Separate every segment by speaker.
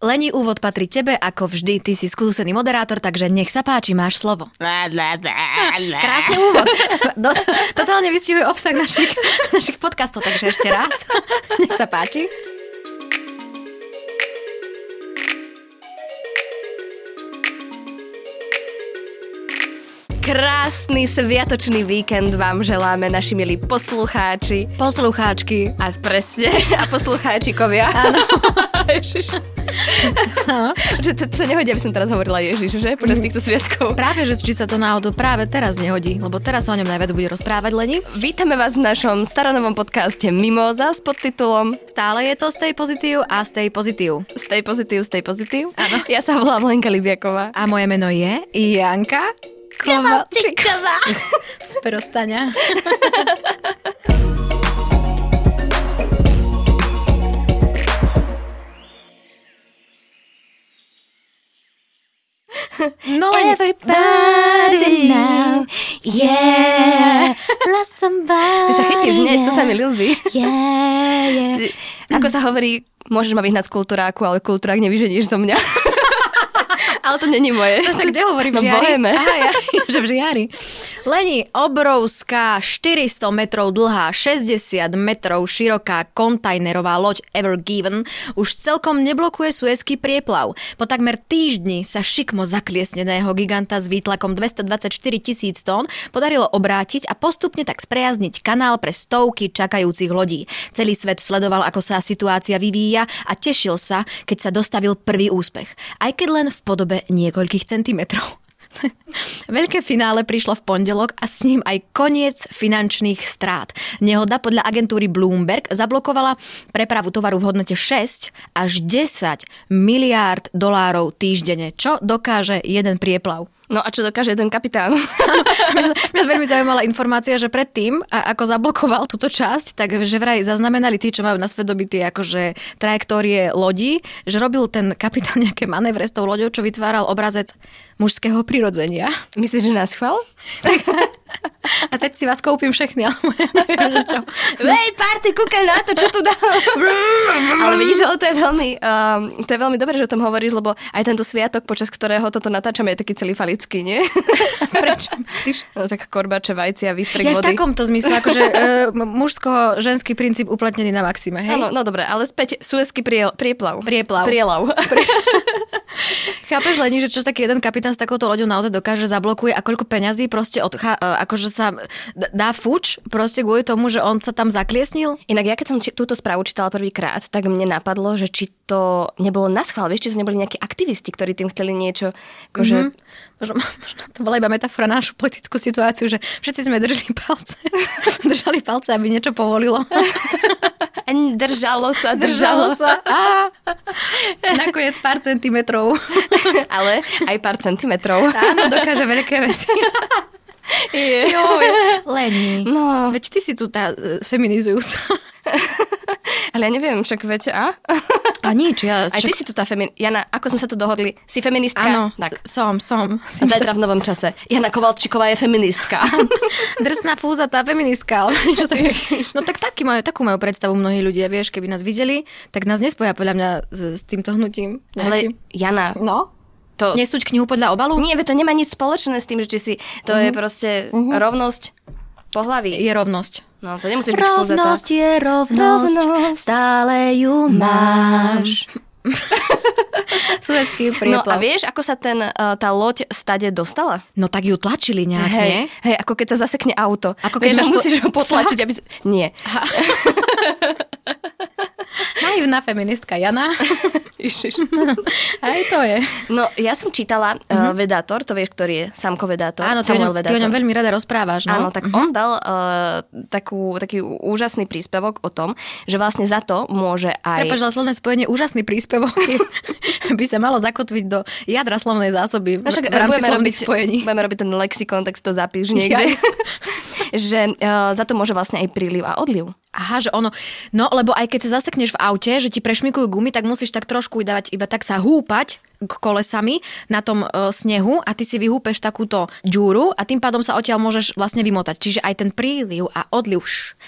Speaker 1: Leni, úvod patrí tebe, ako vždy, ty si skúsený moderátor, takže nech sa páči, máš slovo.
Speaker 2: Lá, lá, lá, lá.
Speaker 1: Krásny úvod. Do, totálne vystihuje obsah našich, našich podcastov, takže ešte raz. Nech sa páči.
Speaker 3: Krásny sviatočný víkend vám želáme, naši milí poslucháči.
Speaker 1: Poslucháčky.
Speaker 3: A presne, a poslucháčikovia. Áno. Ježiš. Že to, to sa nehodí, aby som teraz hovorila Ježiš, že? Počas týchto sviatkov.
Speaker 1: Práve, že či sa to náhodou práve teraz nehodí, lebo teraz sa o ňom najviac bude rozprávať Leni.
Speaker 3: Vítame vás v našom staronovom podcaste Mimoza s podtitulom
Speaker 1: Stále je to stay pozitív a stay pozitív.
Speaker 3: Stay pozitív, stay pozitív. Áno. Ja sa volám Lenka Libiaková.
Speaker 1: A moje meno je Janka
Speaker 3: Kovalčíková.
Speaker 1: Sprostaňa. No len...
Speaker 3: Everybody now, yeah,
Speaker 1: love somebody.
Speaker 3: Ty sa chytíš, nie? To sa mi ľúbi.
Speaker 1: Yeah, yeah.
Speaker 3: Ty- Ako sa hovorí, môžeš ma vyhnať z kultúráku, ale kultúrák nevyženieš zo mňa. ale to není moje.
Speaker 1: To sa kde hovorí v
Speaker 3: No,
Speaker 1: žiari?
Speaker 3: Boheme.
Speaker 1: Aha, ja, že v žiari. Leni, obrovská, 400 metrov dlhá, 60 metrov široká kontajnerová loď Ever Given už celkom neblokuje suezký prieplav. Po takmer týždni sa šikmo zakliesneného giganta s výtlakom 224 tisíc tón podarilo obrátiť a postupne tak sprejazniť kanál pre stovky čakajúcich lodí. Celý svet sledoval, ako sa situácia vyvíja a tešil sa, keď sa dostavil prvý úspech. Aj keď len v podobe niekoľkých centimetrov. Veľké finále prišlo v pondelok a s ním aj koniec finančných strát. Nehoda podľa agentúry Bloomberg zablokovala prepravu tovaru v hodnote 6 až 10 miliárd dolárov týždenne, čo dokáže jeden prieplav.
Speaker 3: No a čo dokáže jeden kapitán?
Speaker 1: Mňa sa- mňa veľmi zaujímala informácia, že predtým, a- ako zablokoval túto časť, tak že vraj zaznamenali tí, čo majú na svedomí tie akože trajektórie lodí, že robil ten kapitán nejaké manévre s tou loďou, čo vytváral obrazec mužského prirodzenia.
Speaker 3: Myslíš, že nás chval?
Speaker 1: A teď si vás kúpim všechny, ale neviem, že čo.
Speaker 3: Lej, party, kúkaj na to, čo tu dám. ale vidíš, ale to je veľmi, um, to je veľmi dobré, že o tom hovoríš, lebo aj tento sviatok, počas ktorého toto natáčame, je taký celý falický, nie?
Speaker 1: Prečo myslíš?
Speaker 3: No tak korbače, vajcia, výstrek
Speaker 1: Ja v
Speaker 3: vody.
Speaker 1: takomto zmysle, akože e, m- mužsko-ženský princíp uplatnený na maxime, hej?
Speaker 3: Áno, no dobre, ale späť Suezky priel, prieplav.
Speaker 1: Prieplav.
Speaker 3: Prielav.
Speaker 1: Chápeš, Leni, že čo taký jeden kapitán s takouto loďou naozaj dokáže, zablokuje a koľko peňazí proste odchá, e, akože sa d- dá fuč proste kvôli tomu, že on sa tam zakliesnil?
Speaker 3: Inak ja keď som či- túto správu čítala prvýkrát, tak mne napadlo, že či to nebolo na schvál, vieš, či to neboli nejakí aktivisti, ktorí tým chceli niečo, akože... Mm-hmm.
Speaker 1: Možno, možno to bola iba metafora na našu politickú situáciu, že všetci sme držali palce, držali palce, aby niečo povolilo.
Speaker 3: Držalo sa,
Speaker 1: Držalo
Speaker 3: držalo.
Speaker 1: sa. Á, nakoniec pár centimetrov.
Speaker 3: Ale aj pár centimetrov.
Speaker 1: Áno, dokáže veľké veci.
Speaker 3: Je.
Speaker 1: Leni.
Speaker 3: No,
Speaker 1: Veď ty si tu tá e, feminizujúca.
Speaker 3: ale ja neviem, však viete, a?
Speaker 1: A nič, ja...
Speaker 3: Aj ty si tu tá femin... Jana, ako sme sa tu dohodli? Si feministka?
Speaker 1: Áno,
Speaker 3: Tak.
Speaker 1: som, som.
Speaker 3: A zajtra v novom čase. Jana Kovalčíková je feministka.
Speaker 1: Drsná fúza, tá feministka. Ale čo to je? No tak taký majú, takú majú predstavu mnohí ľudia, vieš, keby nás videli, tak nás nespoja podľa mňa s, s týmto hnutím. nejakým.
Speaker 3: ale Jana,
Speaker 1: No?
Speaker 3: to...
Speaker 1: Nesúď knihu podľa obalu?
Speaker 3: Nie, veď to nemá nič spoločné s tým, že či si... To
Speaker 1: Mhm.
Speaker 3: je proste rovnosť pohlaví.
Speaker 1: Je rovnosť.
Speaker 3: No, to nemusíš byť fúzata.
Speaker 1: je
Speaker 3: rovnosť,
Speaker 1: stále ju
Speaker 3: máš.
Speaker 1: Suezký
Speaker 3: No a
Speaker 1: prieplav.
Speaker 3: vieš, ako sa ten, eh, tá loď stade dostala?
Speaker 1: No tak ju tlačili nejak,
Speaker 3: hej,
Speaker 1: nie?
Speaker 3: hej, ako keď sa zasekne auto.
Speaker 1: Ako keď
Speaker 3: vieš, a
Speaker 1: máš to-
Speaker 3: musíš ho potlačiť, aby... sa- Nie.
Speaker 1: Naivná feministka Jana. Aj to je.
Speaker 3: No, ja som čítala uh, Vedátor, to vieš, ktorý je Samko Vedátor.
Speaker 1: Mhm. Áno, ty o,
Speaker 3: Samuel
Speaker 1: ňom, ty o ňom
Speaker 3: Vedátor.
Speaker 1: veľmi rada rozprávaš, no?
Speaker 3: Áno, tak on dal uh, takú, taký úžasný príspevok o tom, že vlastne za to môže aj...
Speaker 1: Prepač, ale slovné spojenie, úžasný príspevok je- by sa malo zakotviť do jadra slovnej zásoby v,
Speaker 3: No však,
Speaker 1: v rámci
Speaker 3: budeme
Speaker 1: slovných
Speaker 3: robiť-
Speaker 1: spojení.
Speaker 3: Budeme robiť ten lexikon, tak si to zapíš niekde. že uh, za to môže vlastne aj príliv a odliv.
Speaker 1: Aha, že ono, no lebo aj keď sa zasekneš v aute, že ti prešmikujú gumy, tak musíš tak trošku dávať, iba tak sa húpať k kolesami na tom e, snehu a ty si vyhúpeš takúto ďúru a tým pádom sa odtiaľ môžeš vlastne vymotať. Čiže aj ten príliv a odliv š,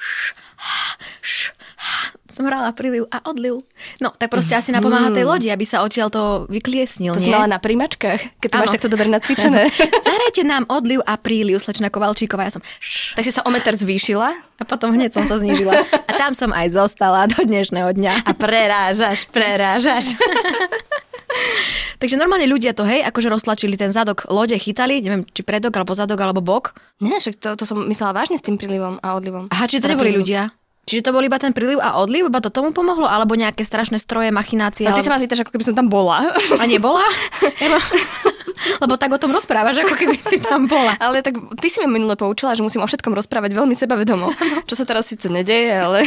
Speaker 1: š, š, š, som hrala príliv a odliv. No, tak proste asi napomáha tej lodi, aby sa odtiaľ to vykliesnil,
Speaker 3: Mm. To
Speaker 1: nie?
Speaker 3: som mala na príjmačkách, keď to máš
Speaker 1: Áno.
Speaker 3: takto dobre nacvičené.
Speaker 1: Zahrajte nám odliv a príliv, slečna Kovalčíková. Ja som...
Speaker 3: tak si sa o meter zvýšila
Speaker 1: A potom hneď som sa znížila. A tam som aj zostala do dnešného dňa.
Speaker 3: a prerážaš, prerážaš.
Speaker 1: Takže normálne ľudia to, hej, akože roztlačili ten zadok, lode chytali, neviem, či predok, alebo zadok, alebo bok.
Speaker 3: Nie, však to, to som myslela vážne s tým prílivom a odlivom.
Speaker 1: Aha, či to
Speaker 3: Teda
Speaker 1: neboli
Speaker 3: prílivom.
Speaker 1: ľudia? Čiže to bol iba ten príliv a odliv, iba to tomu pomohlo, alebo nejaké strašné stroje, machinácie.
Speaker 3: No ty
Speaker 1: alebo-
Speaker 3: sa ma pýtaš, ako keby som tam bola.
Speaker 1: A nebola? Lebo, lebo tak o tom rozprávaš, ako keby si tam bola.
Speaker 3: Ale tak ty si ma minule poučila, že musím o všetkom rozprávať veľmi sebavedomo. Čo sa teraz síce nedeje, ale...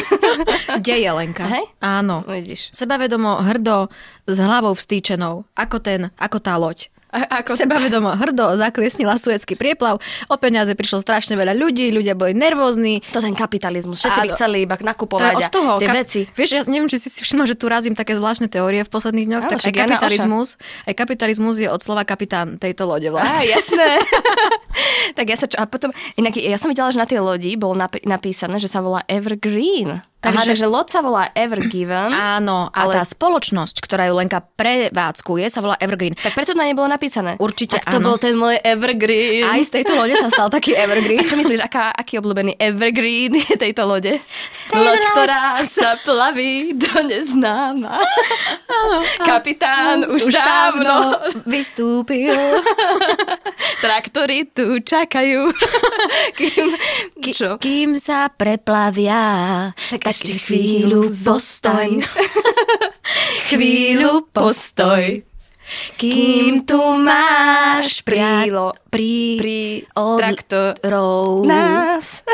Speaker 1: Deje Lenka.
Speaker 3: Hej? No.
Speaker 1: Áno.
Speaker 3: Vidíš.
Speaker 1: Sebavedomo, hrdo, s hlavou vstýčenou, ako ten, ako tá loď.
Speaker 3: A, ako...
Speaker 1: Sebavedomo, hrdo, zakliesnila suecký prieplav, o peniaze prišlo strašne veľa ľudí, ľudia boli nervózni.
Speaker 3: To ten kapitalizmus. Všetci by
Speaker 1: Áno.
Speaker 3: chceli iba
Speaker 1: To je
Speaker 3: nakupovať
Speaker 1: od
Speaker 3: a
Speaker 1: toho.
Speaker 3: tie
Speaker 1: kap-
Speaker 3: veci.
Speaker 1: Vieš, ja neviem, či si si všimla, že tu razím také zvláštne teórie v posledných dňoch,
Speaker 3: Áno,
Speaker 1: tak aj
Speaker 3: však Jana Oša.
Speaker 1: kapitalizmus, aj kapitalizmus je od slova kapitán tejto lode
Speaker 3: Á,
Speaker 1: vlastne.
Speaker 3: jasné. tak ja sa čo, a potom, inak ja som videla, že na tej lodi bolo napi- napísané, že sa volá Evergreen. Takže, Aha,
Speaker 1: Takže-
Speaker 3: takže loď sa volá Evergiven.
Speaker 1: Áno, a
Speaker 3: Ale-
Speaker 1: tá spoločnosť, ktorá ju Lenka prevádzkuje, sa volá Evergreen.
Speaker 3: Tak preto to na nej bolo napísané.
Speaker 1: Určite
Speaker 3: tak to
Speaker 1: áno.
Speaker 3: bol ten môj Evergreen.
Speaker 1: Aj z tejto lode sa stal taký
Speaker 3: A
Speaker 1: Evergreen.
Speaker 3: čo myslíš, aká, aký obľúbený evergreen je tejto lode?
Speaker 1: Stay
Speaker 3: Loď,
Speaker 1: alive.
Speaker 3: ktorá sa plaví do neznáma. Kapitán už, dávno.
Speaker 1: vystúpil.
Speaker 3: Traktory tu čakajú. Kým, čo?
Speaker 1: Kým sa preplavia, tak, ešte chvíľu zostaň. chvíľu postoj. Kým tu máš
Speaker 3: Prílo-
Speaker 1: prílo, prí,
Speaker 3: pri
Speaker 1: od-
Speaker 3: trakto-
Speaker 1: rov.
Speaker 3: Nás.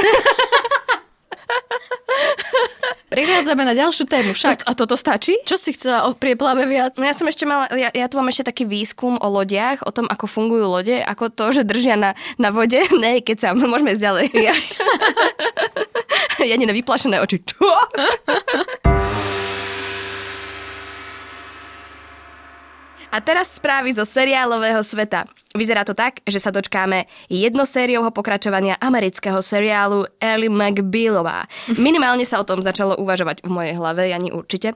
Speaker 1: Prichádzame na ďalšiu tému však.
Speaker 3: A toto stačí?
Speaker 1: Čo si chcela o prieplave viac?
Speaker 3: No ja som ešte mala, ja, ja tu mám ešte taký výskum o lodiach, o tom, ako fungujú lode, ako to, že držia na, na vode. Ne, keď sa, môžeme ísť ďalej.
Speaker 1: Ja.
Speaker 3: Janine, vyplašené oči. Čo? A teraz správy zo seriálového sveta. Vyzerá to tak, že sa dočkáme jednosériovho pokračovania amerického seriálu Ellie McBealová. Minimálne sa o tom začalo uvažovať v mojej hlave, ani určite. E,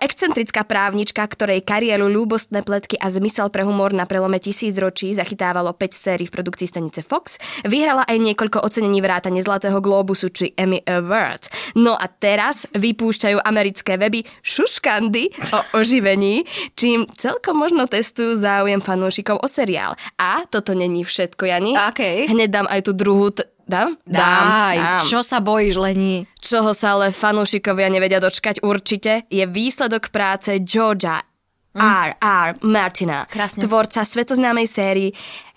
Speaker 3: Excentrická právnička, ktorej kariéru ľúbostné pletky a zmysel pre humor na prelome tisíc ročí zachytávalo 5 sérií v produkcii stanice Fox, vyhrala aj niekoľko ocenení vrátane Zlatého Globusu či Emmy Awards. No a teraz vypúšťajú americké weby šuškandy o oživení, čím celkom možno testujú záujem fanúšikov o seriál. A toto není všetko, Jani.
Speaker 1: Akej?
Speaker 3: Hneď dám aj tú druhú... T- dám?
Speaker 1: Daj,
Speaker 3: dám.
Speaker 1: čo sa bojíš, Lení?
Speaker 3: Čoho sa ale fanúšikovia nevedia dočkať určite, je výsledok práce Georgia R. R. Martina,
Speaker 1: Krásne.
Speaker 3: tvorca svetoznámej sérii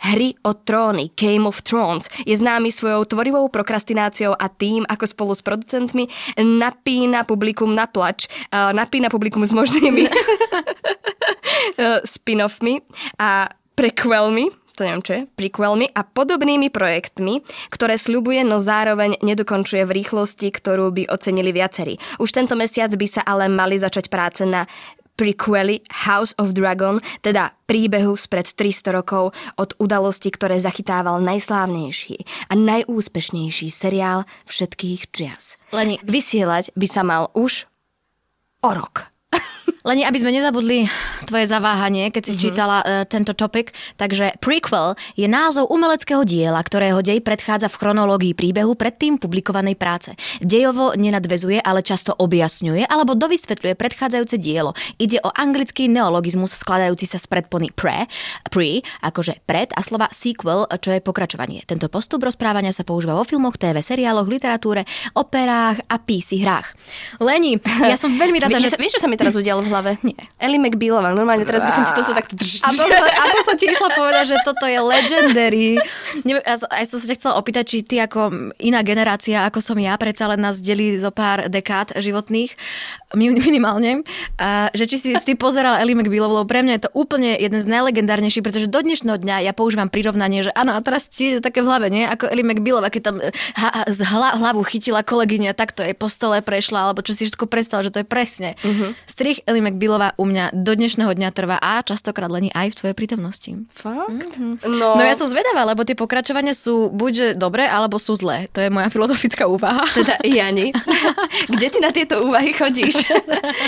Speaker 3: Hry o tróny, Game of Thrones. Je známy svojou tvorivou prokrastináciou a tým, ako spolu s producentmi napína publikum na plač, eh, napína publikum s možnými eh, spin-offmi a prequelmi, to neviem čo je, prequelmi a podobnými projektmi, ktoré sľubuje, no zároveň nedokončuje v rýchlosti, ktorú by ocenili viacerí. Už tento mesiac by sa ale mali začať práce na prequely House of Dragon, teda príbehu spred 300 rokov od udalosti, ktoré zachytával najslávnejší a najúspešnejší seriál všetkých čias.
Speaker 1: Leni,
Speaker 3: Vysielať by sa mal už o rok.
Speaker 1: Leni, aby sme nezabudli tvoje zaváhanie, keď si mm-hmm. čítala uh, tento topik, takže prequel je názov umeleckého diela, ktorého dej predchádza v chronológii príbehu predtým publikovanej práce. Dejovo nenadvezuje, ale často objasňuje alebo dovysvetľuje predchádzajúce dielo. Ide o anglický neologizmus skladajúci sa z predpony pre, pre, akože pred a slova sequel, čo je pokračovanie. Tento postup rozprávania sa používa vo filmoch, TV seriáloch, literatúre, operách a PC hrách. Leni, ja som veľmi rada,
Speaker 3: Vie-
Speaker 1: že...
Speaker 3: že... Vieš, čo sa mi teraz udialo v hlave? Nie. Ellie McBealová, normálne teraz by som ti toto takto...
Speaker 1: A to, a to som ti išla povedať, že toto je legendary. Neviem, ja, som- aj som sa ťa chcela opýtať, či ty ako iná generácia, ako som ja, predsa len nás delí zo pár dekád životných, mi- minimálne, a, že či si ty pozerala Ellie McBealovou, pre mňa je to úplne jeden z najlegendárnejších, pretože do dnešného dňa ja používam prirovnanie, že áno, a teraz ti je také v hlave, nie? Ako Ellie McBealová, keď tam eh, ha, z hla, hlavu chytila kolegyňa, takto jej po stole prešla, alebo čo si všetko predstavila, že to je presne. Mm-hmm. Strich Ellie McBillová u mňa do dnešného dňa trvá a častokrát lení aj v tvojej prítomnosti.
Speaker 3: Fakt?
Speaker 1: No ja som zvedavá, lebo tie pokračovania sú buďže dobré, alebo sú zlé. To je moja filozofická úvaha.
Speaker 3: Teda Jani, kde ty na tieto úvahy chodíš?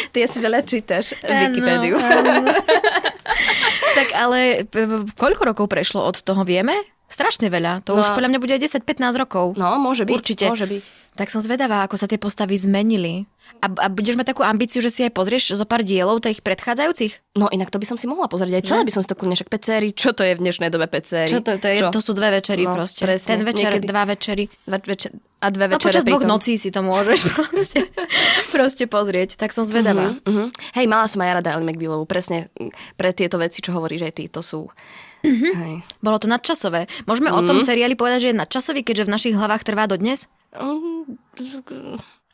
Speaker 3: ty asi veľa čítaš eh,
Speaker 1: no,
Speaker 3: Wikipédiu.
Speaker 1: Áno, áno. tak ale p- p- koľko rokov prešlo od toho, vieme? Strašne veľa. To
Speaker 3: No
Speaker 1: no. už
Speaker 3: a-
Speaker 1: podľa mňa bude aj 10-15 rokov.
Speaker 3: No, môže byť.
Speaker 1: Určite.
Speaker 3: Môže byť.
Speaker 1: Tak som zvedavá, ako sa tie postavy zmenili. A, a budeš mať takú ambíciu, že si aj pozrieš zo pár dielov tých predchádzajúcich?
Speaker 3: No inak to by som si mohla pozrieť. Aj celé by som si to kľudne, však pecéri. Čo to je v dnešnej dobe pecéri?
Speaker 1: Čo to, to, je, to sú dve večery
Speaker 3: No,
Speaker 1: no, proste.
Speaker 3: presne.
Speaker 1: Ten večer, Niekedy.
Speaker 3: Niekedy-
Speaker 1: dva večery.
Speaker 3: Dva večer... A dve
Speaker 1: No
Speaker 3: večere
Speaker 1: počas dvoch
Speaker 3: pritom.
Speaker 1: nocí si to môžeš proste, proste pozrieť. Tak som zvedavá. Mm-hmm.
Speaker 3: Mhm. Hej, mala som aj rada Ellie McBealovú. Presne mm, pre tieto veci, čo hovoríš aj ty, to sú...
Speaker 1: Mhm.
Speaker 3: Mm-hmm. Hej.
Speaker 1: Bolo to nadčasové. Môžeme mm-hmm. o tom
Speaker 3: Mhm.
Speaker 1: seriáli povedať, že je nadčasový, keďže v našich hlavách trvá dodnes?
Speaker 3: Mhm.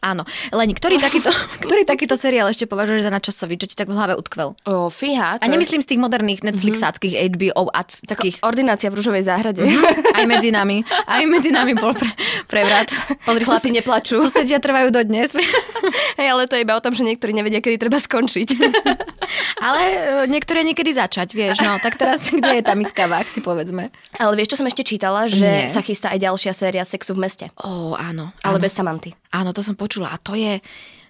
Speaker 1: Áno. Leni, ktorý takýto, ktorý takýto seriál ešte považuješ za nadčasový? Čo ti tak v hlave utkvel?
Speaker 3: O,
Speaker 1: A
Speaker 3: fíha, to je
Speaker 1: nemyslím z tých moderných
Speaker 3: Mhm.
Speaker 1: Netflixáckých,
Speaker 3: taká
Speaker 1: HBO-ackých.
Speaker 3: ordinácia v Ružovej záhrade.
Speaker 1: Aj medzi nami. Aj medzi nami bol pre, prevrat. Pozri,
Speaker 3: Chlapi neplačú.
Speaker 1: Susedia trvajú dodnes.
Speaker 3: Hej, ale to je iba o tom, že niektorí nevedia, kedy treba skončiť.
Speaker 1: Ale e, niektoré niekedy začať, vieš. No, tak teraz, kde je tá miska vák, si povedzme.
Speaker 3: ale vieš, čo som ešte čítala? Že
Speaker 1: Nie.
Speaker 3: sa chystá aj ďalšia séria Sexu v meste.
Speaker 1: Ó, áno. Ale
Speaker 3: Ale bez Samanty.
Speaker 1: Áno, to som počula. A to je,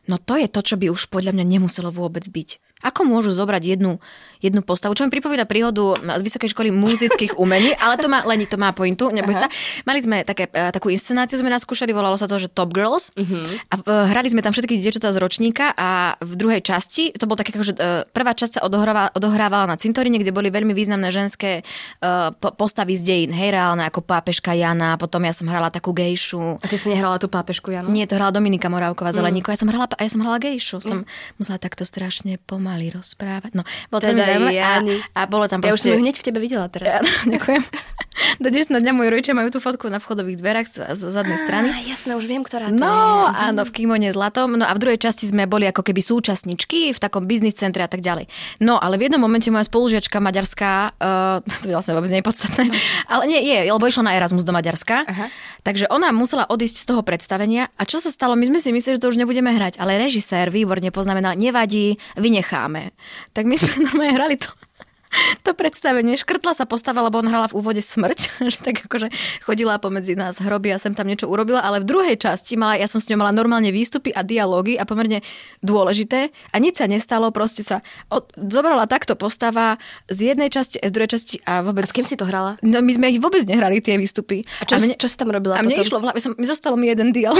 Speaker 1: no to je to, čo by už podľa mňa nemuselo vôbec byť. Ako môžu zobrať jednu, jednu postavu, čo mi pripomína príhodu z Vysokej školy muzických umení, ale to má, Leni, to má pointu, neboj sa. Mali sme také, e, takú inscenáciu, sme naskúšali, volalo sa to, že Top Girls. Uh-huh. A e, hrali sme tam všetky dievčatá z ročníka a v druhej časti, to bol také, akože e, prvá časť sa odohrávala, odohrávala na cintoríne, kde boli veľmi významné ženské e, po- postavy z dejín, hej, reálne, ako pápežka Jana, potom ja som hrala takú gejšu.
Speaker 3: A ty si nehrala tú pápežku, Jano?
Speaker 1: Nie, to hrala Dominika Morávková Zeleníko. Ja som hrala, ja som hrala gejšu. Som musela takto strašne pomaly rozprávať. No, bolo to
Speaker 3: Teda
Speaker 1: veľmi zaujímavé. A,
Speaker 3: Jani.
Speaker 1: a bolo tam
Speaker 3: Ja už
Speaker 1: proste...
Speaker 3: som ju hneď v tebe videla
Speaker 1: Ja,
Speaker 3: teraz.
Speaker 1: ďakujem. Do dnešného dňa moji rodičia majú tú fotku na vchodových dverách z, z zadnej strany.
Speaker 3: E- Á, jasné, už viem, ktorá to je.
Speaker 1: No, áno, v kimone zlatom. No a v druhej časti sme boli ako keby súčasničky v takom biznis centre a tak ďalej. No, ale v jednom momente moja spolužiačka maďarská, uh, to je vlastne vôbec nepodstatné, ale nie, je, lebo išla na Erasmus do Maďarska,
Speaker 3: Aha.
Speaker 1: Aha. takže ona musela odísť z toho predstavenia a čo sa stalo, my sme si mysleli, že to už nebudeme hrať, ale režisér výborne poznamenal, nevadí, vynecháme. Tak my sme normálne hrali to to predstavenie. Škrtla sa postava, lebo on hrala v úvode smrť, že tak akože chodila pomedzi nás hroby a sem tam niečo urobila, ale v druhej časti mala, ja som s ňou mala normálne výstupy a dialógy a pomerne dôležité a nič sa nestalo, proste sa od, zobrala takto postava z jednej časti a z druhej časti a vôbec...
Speaker 3: A s kým si to hrala?
Speaker 1: No my sme ich vôbec nehrali tie výstupy.
Speaker 3: A čo, mne, čo si tam robila
Speaker 1: A mne
Speaker 3: potom?
Speaker 1: išlo v hlave, som, mi zostalo mi jeden diel.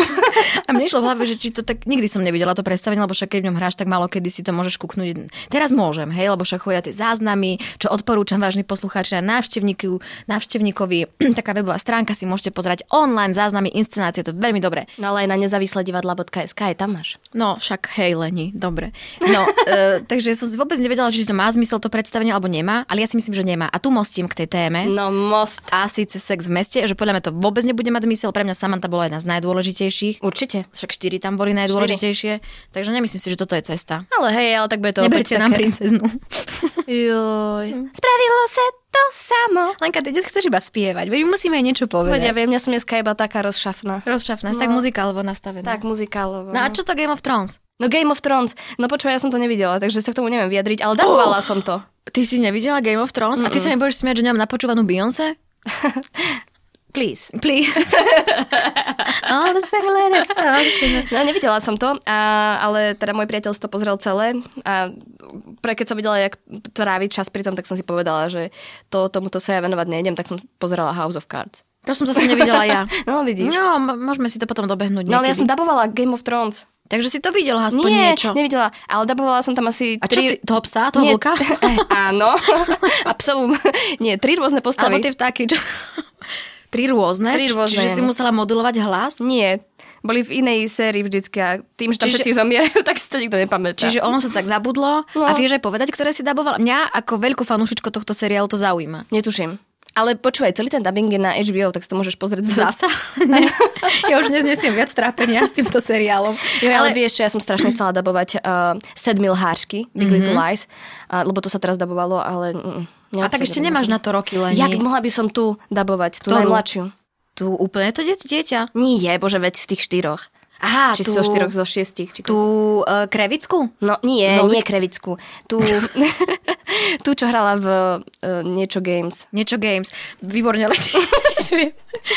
Speaker 1: A mne išlo v hlave, že či to tak, nikdy som nevidela to predstavenie, lebo však keď v ňom hráš, tak málo kedy si to môžeš kúknúť. Teraz môžem, hej, lebo však chodia tie záznamy, čo odporúčam vážni poslucháči a návštevníku, návštevníkovi, taká webová stránka si môžete pozerať online záznamy, inscenácie, to je veľmi dobré.
Speaker 3: No ale aj na nezávislé divadla.sk aj tam máš.
Speaker 1: No, však hej, Leni, dobre. No, e, takže som si vôbec nevedela, či to má zmysel to predstavenie alebo nemá, ale ja si myslím, že nemá. A tu mostím k tej téme
Speaker 3: No most.
Speaker 1: a síce sex v meste, že podľa mňa to vôbec nebude mať zmysel. Pre mňa Samantha bola jedna z najdôležitejších.
Speaker 3: Určite.
Speaker 1: Však štyri tam boli najdôležitejšie. Takže nemyslím si, že toto je cesta.
Speaker 3: Ale hej, ale tak bude to
Speaker 1: Neberte
Speaker 3: opäť Mhm.
Speaker 1: nám
Speaker 3: také.
Speaker 1: princeznú.
Speaker 3: Joj. Spravilo sa to samo.
Speaker 1: Lenka, ty dnes chceš iba spievať, veď my musíme aj niečo
Speaker 3: Veď ja
Speaker 1: povedať.
Speaker 3: viem, ja som dneska iba taká rozšafná.
Speaker 1: Rozšaf nás, tak muzikálovo nastavená.
Speaker 3: Tak, muzikálovo.
Speaker 1: No a čo to Game of Thrones?
Speaker 3: No Game of Thrones. No počúvaj, ja som to nevidela, takže sa k tomu neviem vyjadriť, ale darovala
Speaker 1: Oh!
Speaker 3: som to.
Speaker 1: Ty si nevidela Game of Thrones? Mm-mm. A ty sa mi budeš smiať, že nemám napočúvanú Beyoncé?
Speaker 3: Please.
Speaker 1: Please. All the singlet
Speaker 3: No nevidela som to, a, ale teda môj priateľ si to pozrel celé a pre keď som videla, jak trávi čas pri tom, tak som si povedala, že to, tomuto sa ja venovať nejdem, tak som pozerala House of Cards.
Speaker 1: To som zase nevidela ja.
Speaker 3: No vidíš.
Speaker 1: No, m- môžeme si to potom dobehnúť
Speaker 3: No ale ja
Speaker 1: niekedy.
Speaker 3: som dabovala Game of Thrones.
Speaker 1: Takže si to videla aspoň
Speaker 3: Nie,
Speaker 1: niečo.
Speaker 3: nevidela, ale dabovala som tam asi
Speaker 1: A čo si,
Speaker 3: tri...
Speaker 1: toho psa, toho
Speaker 3: Nie,
Speaker 1: vlka?
Speaker 3: Eh, Áno. A psov, nie, tri rôzne postavy.
Speaker 1: Alebo tie vtáky, čo... Tri rôzne?
Speaker 3: Tri rôzne,
Speaker 1: Čiže si
Speaker 3: áno.
Speaker 1: musela modulovať hlas?
Speaker 3: Nie, boli v inej sérii vždycky a tým, že tam
Speaker 1: Čiže-
Speaker 3: všetci zomierajú, tak si to nikto nepamätá.
Speaker 1: Čiže ono sa tak zabudlo
Speaker 3: No.
Speaker 1: no. a vieš aj povedať, ktoré si dabovala. Mňa ako veľkú fanúšičko tohto seriálu to zaujíma.
Speaker 3: Netuším. Ale počúvaj, celý ten dubbing je na HBO, tak si to môžeš pozrieť zase.
Speaker 1: Zasa? Nie. ja už neznesiem viac trápenia s týmto seriálom.
Speaker 3: Jo, ale, ale vieš, čo, ja som strašne chcela dabovať uh, Sedmilhářky, Big mm-hmm. Little Lies, uh, lebo to sa teraz dabovalo, ale... Mm,
Speaker 1: A tak ešte nemáš na to roky, Leni.
Speaker 3: Jak mohla by som tu dabovať, tú
Speaker 1: Ktorú?
Speaker 3: najmladšiu?
Speaker 1: Tu úplne to dieť- dieťa.
Speaker 3: Nie, bože, veď z tých štyroch.
Speaker 1: Aha,
Speaker 3: Či
Speaker 1: tú,
Speaker 3: zo štyroch, zo šiestich. Či...
Speaker 1: tú e, krevickú?
Speaker 3: No nie,
Speaker 1: Zolík?
Speaker 3: nie Krevickú. Tú, tú, čo hrala v uh, niečo Games.
Speaker 1: Niečo Games. Výborne letí.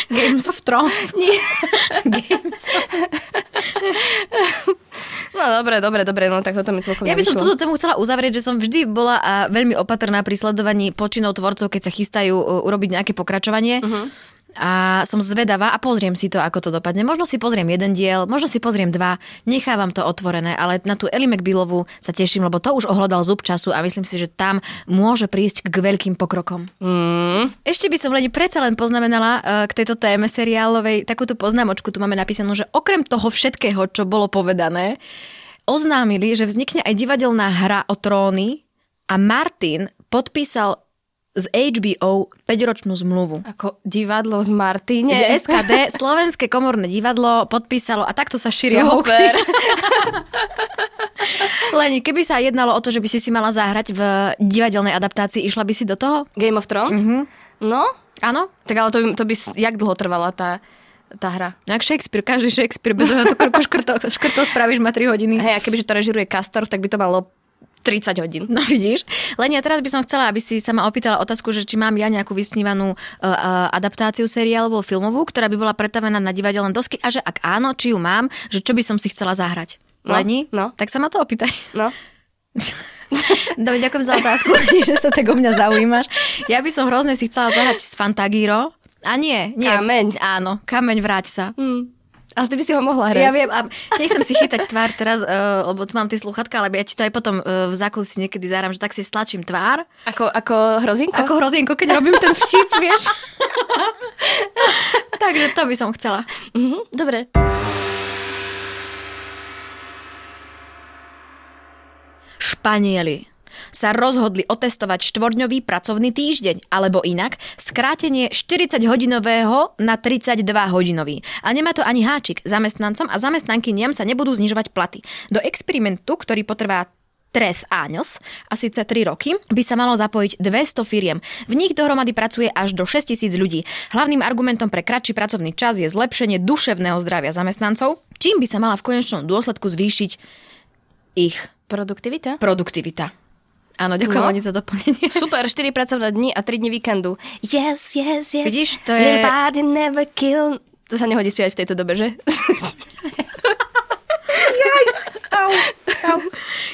Speaker 1: Games of Thrones. Nie. Games.
Speaker 3: No dobre, dobre, dobre, no tak toto mi celkom
Speaker 1: Ja by som
Speaker 3: nevyšlo.
Speaker 1: túto tému chcela uzavrieť, že som vždy bola a veľmi opatrná pri sledovaní počinov tvorcov, keď sa chystajú uh, urobiť nejaké pokračovanie. Uh-huh. A som zvedavá a pozriem si to, ako to dopadne. Možno si pozriem jeden diel, možno si pozriem dva, nechávam to otvorené, ale na tú Eli McBillovú sa teším, lebo to už ohľadal zub času a myslím si, že tam môže prísť k veľkým pokrokom.
Speaker 3: Mm.
Speaker 1: Ešte by som len predsa len poznamenala eh, k tejto téme seriálovej takúto poznámočku. Tu máme napísanú, že okrem toho všetkého, čo bolo povedané, oznámili, že vznikne aj divadelná hra o tróny a Martin podpísal z HBO 5-ročnú zmluvu.
Speaker 3: Ako divadlo z Martine.
Speaker 1: Kde SKD, Slovenské komorné divadlo, podpísalo a takto sa šíria hoaxy.
Speaker 3: Super.
Speaker 1: Leni, keby sa jednalo o to, že by si si mala zahrať v divadelnej adaptácii, išla by si do toho?
Speaker 3: Game of Thrones? Mm-hmm. No,
Speaker 1: Áno?
Speaker 3: tak ale to by, to by, s- jak dlho trvala tá, tá hra?
Speaker 1: Jak Shakespeare, každý Shakespeare, bez ohľadu na to, koľko škrtov, škrtov spravíš, má 3 hodiny.
Speaker 3: Hej, a kebyže to režiruje Castor, tak by to malo 30 hodín.
Speaker 1: No vidíš. Lenia, teraz by som chcela, aby si sa ma opýtala otázku, že či mám ja nejakú vysnívanú uh, uh, adaptáciu seriálovú filmovú, ktorá by bola pretavená na divadelné dosky a že ak áno, či ju mám, že čo by som si chcela zahrať.
Speaker 3: No,
Speaker 1: Leni?
Speaker 3: no.
Speaker 1: Tak sa ma to opýtaj.
Speaker 3: No.
Speaker 1: Dobre, ďakujem za otázku, Leni, že sa tak o mňa zaujímaš. Ja by som hrozne si chcela zahrať s Fantagiro. A nie, nie.
Speaker 3: Kameň.
Speaker 1: Áno, kameň, vráť sa.
Speaker 3: Hm. Ale ty by si ho mohla hrať.
Speaker 1: Ja viem, a nechcem si chytať tvár teraz, uh, lebo tu mám tie sluchatka, ale ja ti to aj potom uh, v zákulisí niekedy zahrám, že tak si stlačím tvár,
Speaker 3: Ako, ako hrozinko?
Speaker 1: ako hrozienko, keď robím ten vtip, vieš. Takže to by som chcela.
Speaker 3: Mhm, dobre.
Speaker 1: Španieli sa rozhodli otestovať štvordňový pracovný týždeň, alebo inak skrátenie 40-hodinového na 32-hodinový. A nemá to ani háčik. Zamestnancom a zamestnankyniam sa nebudú znižovať platy. Do experimentu, ktorý potrvá Tres años, a síce 3 roky, by sa malo zapojiť 200 firiem. V nich dohromady pracuje až do 6 tisíc ľudí. Hlavným argumentom pre kratší pracovný čas je zlepšenie duševného zdravia zamestnancov, čím by sa mala v konečnom dôsledku zvýšiť ich
Speaker 3: Produktivita?
Speaker 1: produktivita. Áno, ďakujem
Speaker 3: No.
Speaker 1: no. za doplnenie.
Speaker 3: Super, 4 pracovné dni a 3 dni víkendu. Yes, yes, yes.
Speaker 1: Vidíš, to
Speaker 3: Your
Speaker 1: je-
Speaker 3: body never kill. To sa nehodí spievať v tejto dobe, že?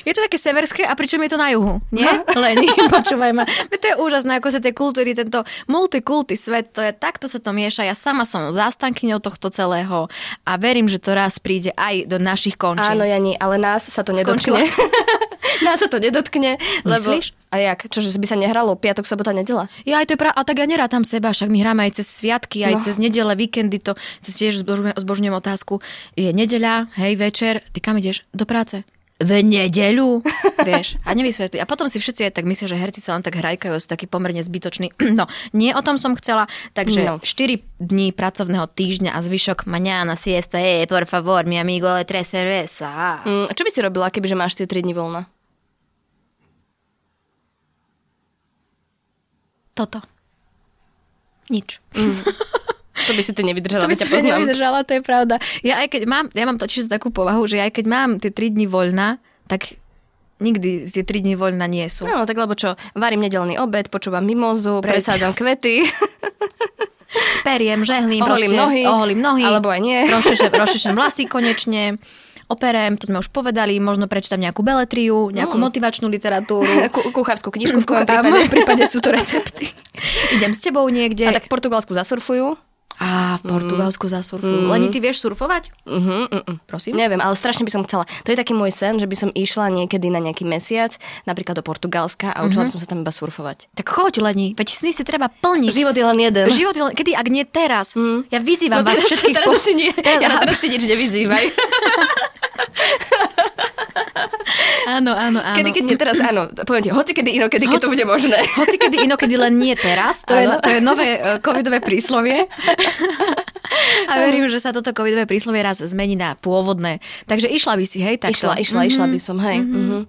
Speaker 1: Je to také severské a pričom je to na juhu, nie?
Speaker 3: No.
Speaker 1: Leni, počúvaj ma. Veď To je úžasné, ako sa tie kultúry, tento multikulty svet, to je takto sa to mieša. Ja sama som zástankyňou tohto celého a verím, že to raz príde aj do našich končín.
Speaker 3: Áno, Jani, ale nás sa to
Speaker 1: Skončila
Speaker 3: nedotkne. nás sa to nedotkne, lebo...
Speaker 1: Myslíš?
Speaker 3: A jak? Čože by sa nehralo? Piatok, sobota, nedela?
Speaker 1: Ja aj to je pra... A tak ja nerátam seba, však my hráme aj cez sviatky, aj
Speaker 3: No.
Speaker 1: no. cez nedele, víkendy, to cez tiež zbožňujem, zbožňujem otázku. Je nedeľa, hej, večer, ty kam ideš? Do práce. V nedeľu, vieš, a nevysvetli. A potom si všetci aj tak myslia, že herci sa len tak hrajkajú, sú takí pomerne zbytoční. No, nie o tom som chcela, takže no.
Speaker 3: No.
Speaker 1: 4 dní pracovného týždňa a zvyšok mañana, siesta, eh, por favor, mi amigo, tres cerveza.
Speaker 3: Mm, čo by si robila, kebyže máš tie 3 dni voľna?
Speaker 1: Toto. Nič.
Speaker 3: To by si ty nevydržala,
Speaker 1: To by
Speaker 3: veď ťa
Speaker 1: som ja
Speaker 3: poznám.
Speaker 1: nevydržala, to je pravda. Ja aj keď mám, ja mám totiž takú povahu, že aj keď mám tie 3 dni voľna, tak nikdy tie 3 dni voľna nie sú.
Speaker 3: Áno, No, tak lebo čo? Varím nedelný obed, počúvam mimozu,
Speaker 1: Preď.
Speaker 3: presádzam kvety.
Speaker 1: Periem, žehlím,
Speaker 3: Oholím
Speaker 1: proste,
Speaker 3: nohy.
Speaker 1: oholím nohy.
Speaker 3: Alebo aj nie.
Speaker 1: Rozšešem, rozšešem vlasy konečne. Operem, to sme už povedali, možno prečítam nejakú beletriu, nejakú
Speaker 3: Mm.
Speaker 1: motivačnú literatúru.
Speaker 3: Ku- kuchárskú knižku v tvojom
Speaker 1: A v mojom
Speaker 3: prípade.
Speaker 1: prípade sú to recepty. Idem s tebou niekde.
Speaker 3: A tak v Portugalsku zasurfujú.
Speaker 1: Á, v Portugalsku
Speaker 3: Mm.
Speaker 1: zasurfujú. Leni, ty vieš surfovať?
Speaker 3: Uh-huh, uh-uh.
Speaker 1: Prosím.
Speaker 3: Neviem, ale strašne by som chcela. To je taký môj sen, že by som išla niekedy na nejaký mesiac, napríklad do Portugalska a učila by som sa tam iba surfovať.
Speaker 1: Tak choď, Leni, veď sny si treba plniť.
Speaker 3: Život je len jeden.
Speaker 1: Život je len, kedy, ak nie teraz. Mm. Ja vyzývam vás
Speaker 3: Teda- No teraz,
Speaker 1: všetkých.
Speaker 3: teraz
Speaker 1: po-
Speaker 3: asi nie.
Speaker 1: Teraz,
Speaker 3: ja teraz ty nič nevyzývaj.
Speaker 1: áno, áno, áno.
Speaker 3: Kedy, keď nie teraz, áno. Poviem ti, hoci kedy inokedy, keď to bude možné.
Speaker 1: Hoci kedy inokedy len nie teraz, to, je,
Speaker 3: Áno.
Speaker 1: to je nové e, covidové príslovie. A verím, že sa toto covidové príslovie raz zmení na pôvodné. Takže išla by si, hej, takto.
Speaker 3: Išla, išla, išla by som, hej. Mhm.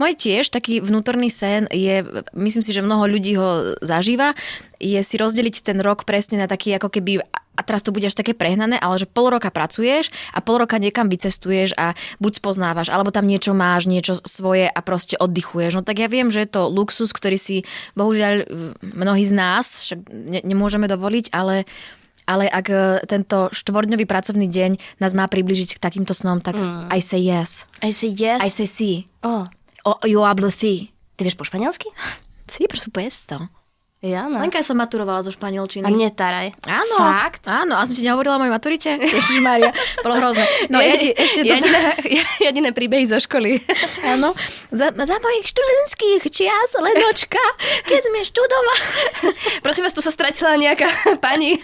Speaker 1: Môj tiež taký vnútorný sen je, myslím si, že mnoho ľudí ho zažíva, je si rozdeliť ten rok presne na taký ako keby a teraz to bude až také prehnané, ale že pol roka pracuješ a pol roka niekam vycestuješ a buď spoznávaš, alebo tam niečo máš, niečo svoje a proste oddychuješ. No tak ja viem, že je to luxus, ktorý si bohužiaľ mnohí z nás však ne- nemôžeme dovoliť, ale ale ak e, tento štvordňový pracovný deň nás má približiť k takýmto snom, tak mm. I say yes.
Speaker 3: I say yes.
Speaker 1: I say sí.
Speaker 3: Oh.
Speaker 1: O, yo hablo sí.
Speaker 3: Ty vieš po španielsky?
Speaker 1: Sí, por supuesto.
Speaker 3: Ja, no.
Speaker 1: Lenka sa maturovala zo španielčiny.
Speaker 3: A mne taraj.
Speaker 1: Áno,
Speaker 3: Fakt?
Speaker 1: áno, a som ti nehovorila o mojej maturite? Ježišmária, bolo hrozné. No ja, ti ešte to...
Speaker 3: jediné, jediné príbehy zo školy.
Speaker 1: Áno, za, za mojich študentských čias, Lenočka, keď sme študovala.
Speaker 3: Prosím vás, tu sa stratila nejaká pani.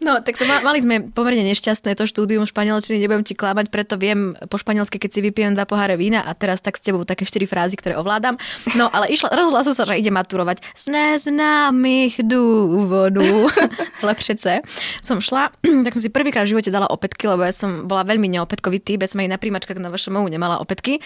Speaker 1: No, tak sa ma, mali sme pomerne nešťastné to štúdium španielčiny, nebudem ti klamať, preto viem po španielsky, keď si vypijem dva poháre vína a teraz tak s tebou také štyri frázy, ktoré ovládam. No, ale išla, rozhodla som sa, že ide maturovať z neznámych dôvodov. ale přece som šla, tak som si prvýkrát v živote dala opätky, lebo ja som bola veľmi neopätkovitý, bez mojej na príjmačkách na vašom nemala opätky.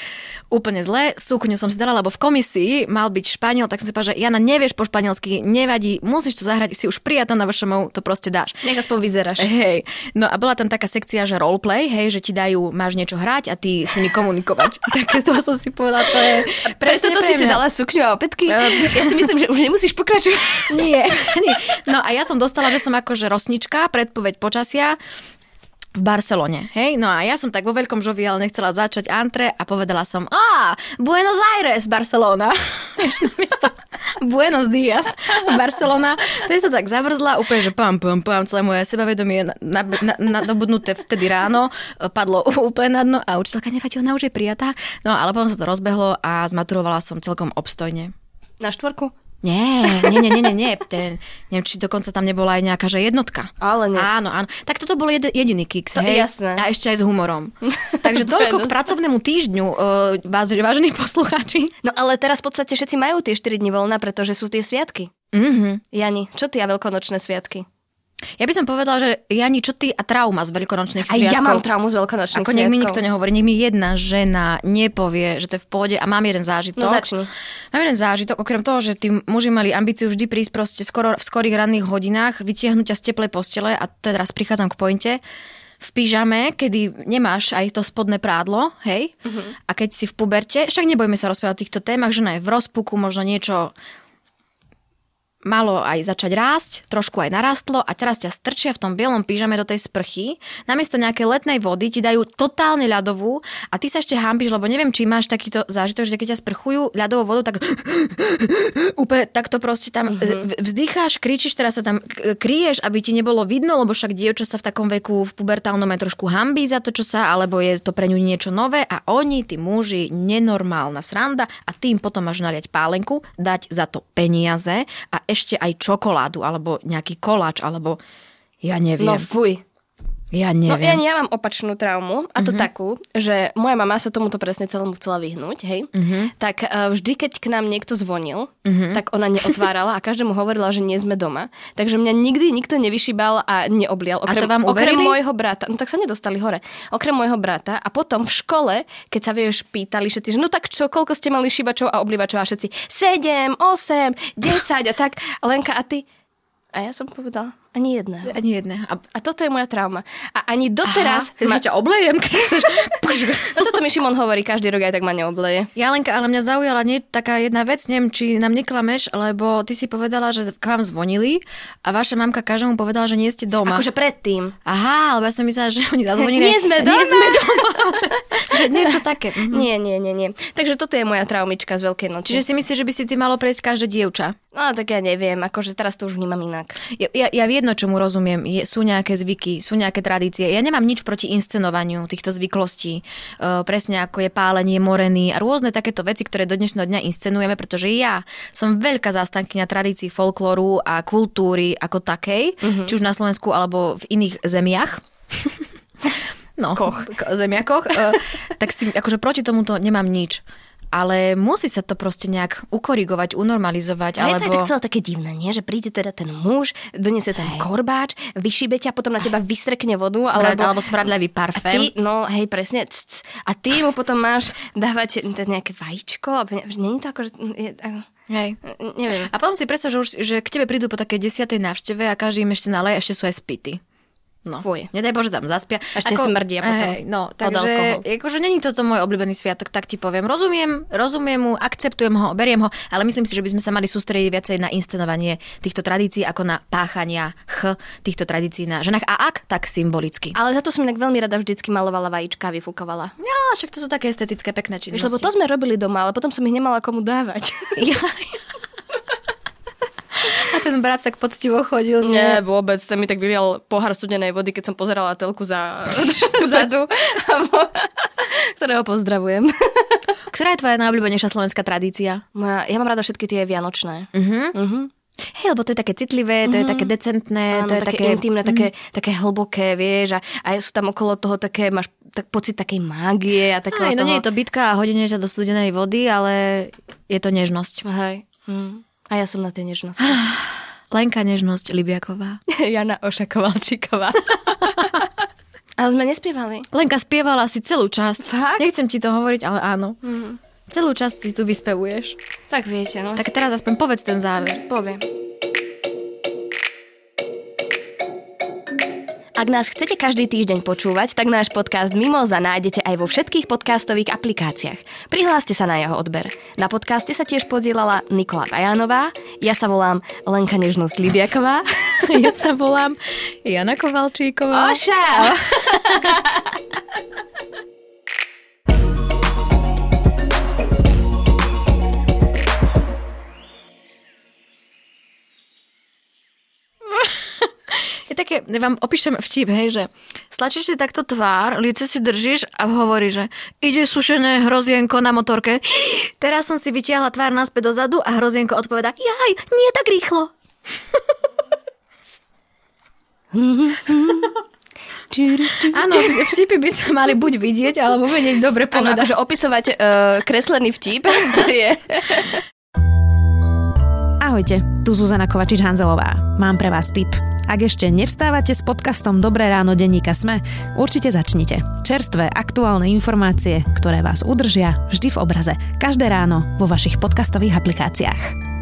Speaker 1: Úplne zle, sukňu som si dala, lebo v komisii mal byť Španiel, tak som si povedala, že Jana, nevieš po španielsky, nevadí, musíš to zahrať, si už prijatá na vašom, to proste dáš.
Speaker 3: Nech aspoň vyzeráš.
Speaker 1: Hej, no a bola tam taká sekcia, že roleplay, hej, že ti dajú, máš niečo hrať a ty s nimi komunikovať. tak to som si povedala, to je
Speaker 3: Preto
Speaker 1: presne
Speaker 3: to
Speaker 1: pre
Speaker 3: si si
Speaker 1: mňa.
Speaker 3: dala sukňu a opätky.
Speaker 1: Ja-
Speaker 3: Ja si myslím, že už nemusíš pokračovať.
Speaker 1: Nie, nie. No a ja som dostala, že som akože rosnička, predpoveď počasia v Barcelone, hej? No a ja som tak vo veľkom žovi, ale nechcela začať antre a povedala som, a Buenos Aires, Barcelona. Vieš, namiesto Buenos Dias, Barcelona. To je sa tak zamrzla, úplne, že pam, pam, pam, celé moje sebavedomie na, na, na, nadobudnuté vtedy ráno e, padlo úplne na dno a učiteľka, nevadí, ona už je prijatá. No ale potom sa to rozbehlo a zmaturovala som celkom obstojne.
Speaker 3: Na štvorku?
Speaker 1: Nie, nie, nie, nie, nie, nie. Ten, neviem, či dokonca tam nebola aj nejaká, že jednotka.
Speaker 3: Ale nie.
Speaker 1: Áno, áno. Tak toto bol jed, jediný kiks,
Speaker 3: To-
Speaker 1: hej?
Speaker 3: jasné.
Speaker 1: A ešte aj s humorom. Takže toľko k
Speaker 3: Prenosné.
Speaker 1: pracovnému týždňu, uh, vás, vážení poslucháči.
Speaker 3: No ale teraz v podstate všetci majú tie 4 dni voľna, pretože sú tie sviatky.
Speaker 1: Mhm.
Speaker 3: Jani, čo ty a veľkonočné sviatky?
Speaker 1: Ja by som povedala, že Jani, čo ty a trauma z veľkonočných
Speaker 3: A
Speaker 1: sviatkov?
Speaker 3: ja mám traumu z veľkonočných
Speaker 1: Ako
Speaker 3: sviatkov.
Speaker 1: nech mi nikto nehovorí, nech mi jedna žena nepovie, že to je v pohode a mám jeden zážitok.
Speaker 3: No začni.
Speaker 1: Mám jeden zážitok, okrem toho, že tí muži mali ambíciu vždy prísť proste skoro, v skorých ranných hodinách, vytiahnuť ťa z teplej postele a teraz prichádzam k pointe, v pyžame, kedy nemáš aj to spodné prádlo, hej,
Speaker 3: Mhm.
Speaker 1: a keď si v puberte, však nebojme sa rozprávať o týchto témach, žena je v rozpuku, možno niečo malo aj začať rásť, trošku aj narastlo a teraz ťa strčia v tom bielom pyžame do tej sprchy, namiesto nejakej letnej vody ti dajú totálne ľadovú a ty sa ešte hámbiš, lebo neviem, či máš takýto zážitok, že keď ťa sprchujú ľadovou vodou, tak úplne takto proste tam
Speaker 3: Mhm.
Speaker 1: mm-hmm. vzdycháš, kričíš, teraz sa tam k- kryješ, aby ti nebolo vidno, lebo však dievča sa v takom veku v pubertálnom aj trošku hambí za to, čo sa, alebo je to pre ňu niečo nové a oni, tí muži, nenormálna sranda a tým potom máš naliať pálenku, dať za to peniaze a ešte aj čokoládu, alebo nejaký koláč, alebo ja neviem. No,
Speaker 3: No fuj.
Speaker 1: ja
Speaker 3: No ja,
Speaker 1: neviem. Mhm.
Speaker 3: ja mám opačnú traumu, a to mm-hmm. takú, že moja mama sa tomuto presne celému chcela vyhnúť, hej.
Speaker 1: Mhm.
Speaker 3: Mm-hmm. Tak eh, vždy, keď k nám niekto zvonil, mm-hmm. tak ona neotvárala a každému hovorila, že nie sme doma. Takže mňa nikdy nikto nevyšíbal a neoblial.
Speaker 1: A
Speaker 3: Okrem,
Speaker 1: to vám
Speaker 3: okrem
Speaker 1: uverili?
Speaker 3: môjho brata. No tak sa nedostali hore. Okrem môjho brata. A potom v škole, keď sa vieš, pýtali všetci, že no tak čo, koľko ste mali šíbačov a oblíbačov a všetci 7, 8, 10 a tak. Lenka a ty. A ja som povedala, ani jedného.
Speaker 1: Ani jedné. A
Speaker 3: A toto je moja trauma. A ani doteraz...
Speaker 1: Aha, ma... ťa oblejem, keď chceš. Pš.
Speaker 3: No toto mi Šimon hovorí, každý rok aj tak ma neobleje.
Speaker 1: Jalenka, ale mňa zaujala nie, taká jedna vec, neviem, či nám neklameš, lebo ty si povedala, že k vám zvonili a vaša mamka každému povedala, že nie ste doma.
Speaker 3: Akože predtým.
Speaker 1: Aha, lebo ja som myslela, že oni zazvonili.
Speaker 3: Nie sme doma.
Speaker 1: Nie sme doma. že, že niečo také. Mhm.
Speaker 3: Nie, nie, nie, nie. Takže toto je moja traumička z Veľkej noci.
Speaker 1: Čiže si myslíš, že by si ty malo prejsť každé dievča?
Speaker 3: No tak ja neviem, akože teraz to už vnímam inak.
Speaker 1: Ja, ja, ja jedno, čomu rozumiem, je, sú nejaké zvyky, sú nejaké tradície. Ja nemám nič proti inscenovaniu týchto zvyklostí. E, presne ako je pálenie moreny a rôzne takéto veci, ktoré do dnešného dňa inscenujeme, pretože ja som veľká zástankyňa tradícií folklóru a kultúry ako takej, mm-hmm. či už na Slovensku alebo v iných zemiach. No, Koch. zemiakoch, e, tak si akože proti tomuto nemám nič. Ale musí sa to proste nejak ukorigovať, unormalizovať,
Speaker 3: Ale to je
Speaker 1: alebo...
Speaker 3: tak celé také divné, nie? Že príde teda ten muž, doniesie ten korbáč, vyšíbe ťa, potom na teba vystrekne vodu,
Speaker 1: Smrad,
Speaker 3: alebo...
Speaker 1: alebo smradľavý
Speaker 3: A ty,
Speaker 1: parfém.
Speaker 3: no hej, presne. c, c. A ty mu potom máš dávať te- nejaké vajíčko. a pe- že Není to ako, že... akože- je- a-
Speaker 1: Hej.
Speaker 3: N- Neviem.
Speaker 1: A potom si predstav, že, už, že k tebe prídu po takej desiatej návšteve a každý im ešte nalej, ešte sú aj spity. No.
Speaker 3: Fuj.
Speaker 1: Nedaj Bože, tam zaspia.
Speaker 3: Ešte smrdia potom
Speaker 1: Hej, no,
Speaker 3: od
Speaker 1: takže,
Speaker 3: alkoholu.
Speaker 1: akože není toto môj obľúbený sviatok, tak ti poviem. Rozumiem, rozumiem mu, akceptujem ho, beriem ho, ale myslím si, že by sme sa mali sústrediť viacej na inscenovanie týchto tradícií, ako na páchania ch týchto tradícií na ženách. A ak, tak symbolicky.
Speaker 3: Ale za to som inak veľmi rada vždycky malovala vajíčka a vyfúkovala.
Speaker 1: No, však to sú také estetické pekné činnosti.
Speaker 3: Vieš, lebo to sme robili doma, ale potom som ich nemala komu dávať.
Speaker 1: A ten brat tak poctivo chodil.
Speaker 3: Nie, vôbec. Ten mi tak vyvial pohár studenej vody, keď som pozerala telku za stupencu, ktorého pozdravujem.
Speaker 1: Ktorá je tvoja najobľúbenejšia slovenská tradícia?
Speaker 3: Moja, ja mám rada všetky tie vianočné.
Speaker 1: Mhm. Hej, lebo to je také citlivé, to je také decentné,
Speaker 3: Áno,
Speaker 1: to je Mhm.
Speaker 3: také,
Speaker 1: také...
Speaker 3: také mhm. intimné, také, také hlboké, vieš, a, a sú tam okolo toho také, máš tak, pocit takej mágie a takého
Speaker 1: Aj, no
Speaker 3: toho...
Speaker 1: nie je to bitka a hodenie ťa do studenej vody, ale je to nežnosť.
Speaker 3: Hej. Hm. A ja som na tej nežnosti.
Speaker 1: Lenka nežnosť Libiaková.
Speaker 3: Jana Ošakovalčíková. Ale sme nespievali.
Speaker 1: Lenka spievala si celú časť.
Speaker 3: Fakt?
Speaker 1: Nechcem ti to hovoriť, ale áno. Celú časť si tu vyspevuješ.
Speaker 3: Tak viete, no.
Speaker 1: Tak teraz aspoň povedz ten záver.
Speaker 3: Poviem. Ak nás chcete každý týždeň počúvať, tak náš podcast Mimoza nájdete aj vo všetkých podcastových aplikáciách. Prihláste sa na jeho odber. Na podcaste sa tiež podielala Nikola Bajanová, ja sa volám Lenka Nežnosť Libiaková.
Speaker 1: ja sa volám Jana Kovalčíková.
Speaker 3: Oša!
Speaker 1: Je také, ja vám opíšem vtip, hej, že stlačíš si takto tvár, lice si držíš a hovorí, že ide sušené hrozienko na motorke. Teraz som si vytiahla tvár naspäť dozadu a hrozienko odpoveda, jaj, nie tak rýchlo. Áno, vtipy by sme mali buď vidieť, alebo vedieť dobre
Speaker 3: Áno,
Speaker 1: povedať.
Speaker 3: akože opisovať uh, kreslený vtip je...
Speaker 4: Ahojte, tu Zuzana Kovačič-Hanzelová. Mám pre vás tip. Ak ešte nevstávate s podcastom Dobré ráno denníka Sme, určite začnite. Čerstvé, aktuálne informácie, ktoré vás udržia vždy v obraze. Každé ráno vo vašich podcastových aplikáciách.